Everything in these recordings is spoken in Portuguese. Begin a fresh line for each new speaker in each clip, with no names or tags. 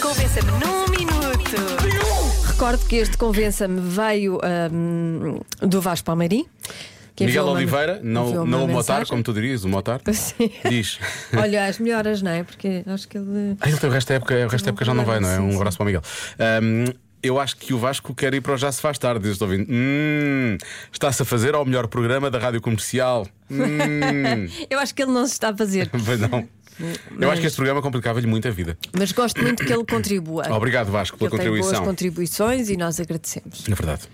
Convença-me num minuto.
Recordo que este Convença-me veio ahm, do Vasco Palmeirim. que
Miguel
enviou uma-
Oliveira, não,
enviou
não
uma
o Motar,
mensagem.
como tu dirias, o Motar,
Sim.
diz.
Olha, às melhoras, não é? Porque acho que ele.
Ah, ele tem o resto da época, o resto da época já não vai, não é? Um abraço para o Miguel. Ahm, eu acho que o Vasco quer ir para o Já Se Faz Tarde, diz estou ouvindo. Hum, está-se a fazer ao melhor programa da rádio comercial. Hum,
Eu acho que ele não se está a fazer.
pois não. Eu acho que este programa complicava-lhe muito a vida.
Mas gosto muito que ele contribua.
Obrigado, Vasco, pela
ele tem boas
contribuição.
contribuições e nós agradecemos.
É verdade.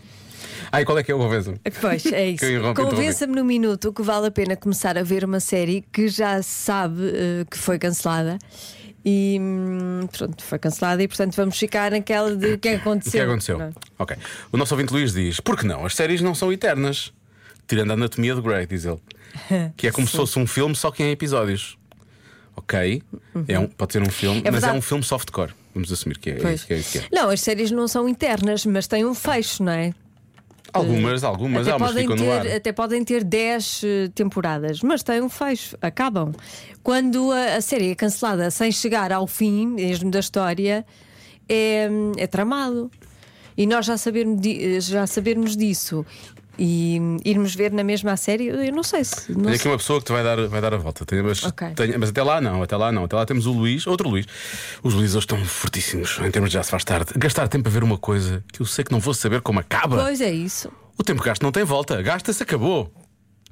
Ah, e qual é que é o Rovenza?
Pois, é isso.
Que eu interrompi,
Convença-me no minuto que vale a pena começar a ver uma série que já se sabe eh, que foi cancelada. E hum, pronto, foi cancelada e portanto vamos ficar naquela de o que é que
O que
aconteceu.
aconteceu?
Não.
Ok. O nosso ouvinte Luís diz: Por que não? As séries não são eternas. Tirando a anatomia do Grey, diz ele. Que é como se fosse um filme, só que em episódios. Ok. É um, pode ser um filme, mas é
verdade.
um filme softcore. Vamos assumir que é,
Pois.
que é isso que é.
Não, as séries não são internas, mas têm um fecho, não é?
Algumas, algumas,
até,
algumas
podem
ficam no ar.
ter, eh, até podem ter 10 eh, temporadas, mas têm um fecho, acabam. Quando a, a série é cancelada sem chegar ao fim mesmo da história, é, é tramado. E nós já sabermos, di- eh, já sabermos disso e hum, irmos ver na mesma série, eu não sei se. Não
Tem
sei.
aqui uma pessoa é que te vai dar, vai dar a volta. Tem- mas,
Ok.
tem- mas até lá não, até lá não. Até lá temos o Luís, outro Luís. Os Luís hoje estão fortíssimos em termos de já se faz tarde. Gastar tempo a ver uma coisa que eu sei que não vou saber como acaba.
Pois é isso.
O tempo gasto não tem volta. Gasta-se, acabou.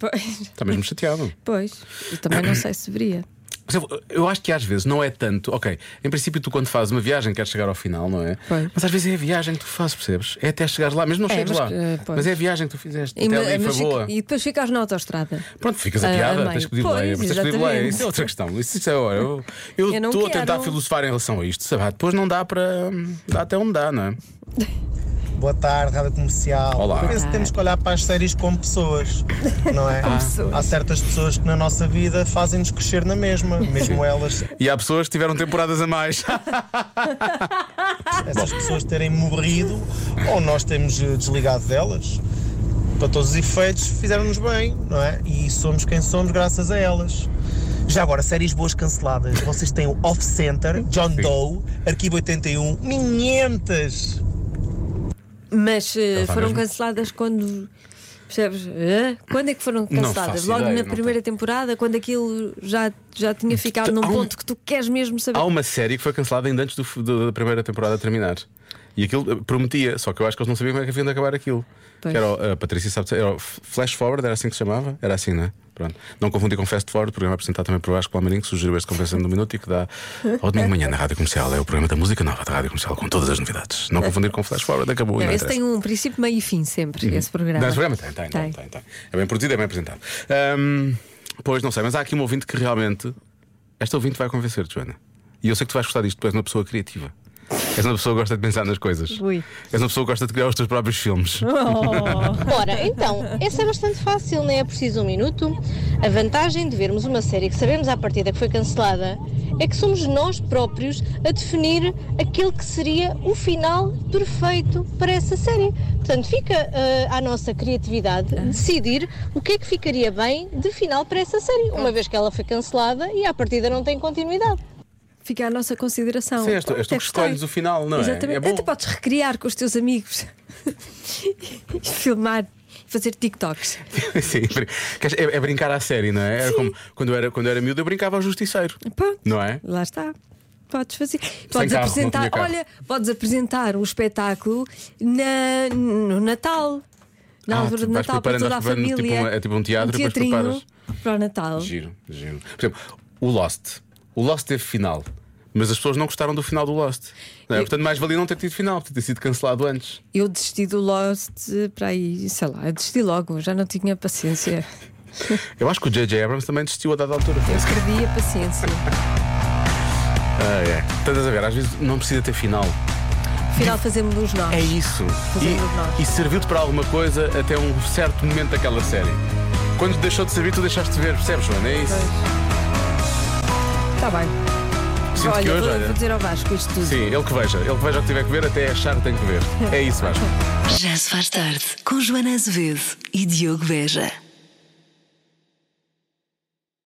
Pois,
Está Tá mesmo chateado.
pois. Eu também não sei se deveria.
Mas eu, eu acho que às vezes não é tanto. Ok, em princípio, tu quando fazes uma viagem queres chegar ao final, não é?
Pois.
Mas às vezes é a viagem que tu fazes, percebes? É até chegares lá, mesmo não
É,
chegas
mas-
lá.
eh, pois.
mas é a viagem que tu fizeste.
ma-
até ali foi
mas fica-
boa.
e depois ficas na autostrada.
Pronto, ficas a
Ah,
piada,
meio.
tens que pedir
Pois,
boleia, mas tens que pedir boleia.
exatamente.
Isso é outra questão. Isso, isso é, eu eu
Eu não
estou a tentar
quero.
filosofar em relação a isto. Sabe? Ah, Depois não dá para. Dá até onde dá, não é?
Boa tarde, Rádio Comercial.
Olá.
Por isso temos que olhar para as séries como pessoas, não é?
pessoas.
Há certas pessoas que na nossa vida fazem-nos crescer na mesma, mesmo elas,
E há pessoas que tiveram temporadas a mais.
essas pessoas terem morrido ou nós termos eh, desligado delas. Para todos os efeitos, fizeram-nos bem, não é? E somos quem somos graças a elas. Já agora, séries boas canceladas. Vocês têm o Off Center, John Doe, Arquivo 81, 500!
Mas eh,
vai
foram
mesmo?
canceladas quando. Percebes? Hã? Quando é que foram canceladas?
faço
Logo
ideia,
na
não
primeira temporada, quando aquilo já, já tinha ficado num
há um-
ponto que tu queres mesmo saber.
Há uma série que foi cancelada ainda antes do, do- da primeira temporada terminar. E aquilo eh, prometia, só que eu acho que eles não sabiam como é que haviam de acabar aquilo.
Pois.
Que era, o- a Patrícia sabe, era o F- Flash Forward, era assim que se chamava? Era assim, não é? Pronto. Não confundir com Fast Forward, programa é apresentado também por Vasco Palmeirinho, que sugeriu este Convenção do Minuto e que dá ao domingo de manhã na Rádio Comercial. É o programa da música nova da Rádio Comercial, com todas as novidades. Não confundir com Flash Forward, acabou. e
É. Não,
não
esse
interessa.
tem um princípio, meio e fim sempre, esse programa.
Uhum. Não, esse programa tem, tem, tem, tem, tem. É bem produzido, é bem apresentado. Ahm, pois não sei, mas há aqui um ouvinte que realmente. Esta ouvinte vai convencer, Joana. E eu sei que tu vais gostar disto, tu és uma pessoa criativa. És uma pessoa que gosta de pensar nas coisas.
Ui.
És uma pessoa que gosta de criar os teus próprios filmes.
Ora, então, essa é bastante fácil, nem é preciso um minuto. A vantagem de vermos uma série que sabemos à partida que foi cancelada é que somos nós próprios a definir aquele que seria o final perfeito para essa série. Portanto, fica eh, à nossa criatividade decidir o que é que ficaria bem de final para essa série, uma vez que ela foi cancelada e à partida não tem continuidade.
Fica à nossa consideração.
Sim, és tu, és tu
Até
que escolhes
gostei.
o final, não é?
Exatamente.
É bom.
Até podes recriar com os teus amigos e filmar, fazer TikToks.
Sim, brin- queres- é, é brincar à série, não é? Era como quando eu era, quando eu era miúdo, eu brincava ao justiceiro.
Pronto.
Não é?
Lá está. Podes fazer. Podes
carro, não
apresentar,
tinha carro.
olha, podes apresentar um espetáculo na, no Natal. Na
Ah,
altura
tu
de
vais
Natal para
preparando,
toda a
vais preparando
família.
tipo um- é tipo um teatro e depois
teatrinho
preparas.
para o Natal.
Giro, giro. Por exemplo, o Lost. O Lost teve final, mas as pessoas não gostaram do final do Lost. Não é? Portanto, mais valia não ter tido final, ter sido cancelado antes.
Eu desisti do Lost eh, para aí, sei lá, eu desisti logo, já não tinha paciência.
Eu acho que o J.J. Abrams também desistiu a dada altura.
Eu escrevi a paciência.
Ah, é. Estás a ver, às vezes não precisa ter final.
Afinal, fazemos-nos nós.
É isso.
Fazemos nós.
E, e serviu-te para alguma coisa até um certo momento daquela série. Quando deixou de servir, tu deixaste de ver, percebes, Joana? É isso.
Está bem.
Sinto que
olha,
hoje,
vou,
olha.
vou dizer ao Vasco isto tudo.
Sim, ele que veja. Ele que veja o que tiver que ver, até achar que tem que ver. É isso, Vasco.
Já se faz tarde com Joana Azevedo e Diogo Beja.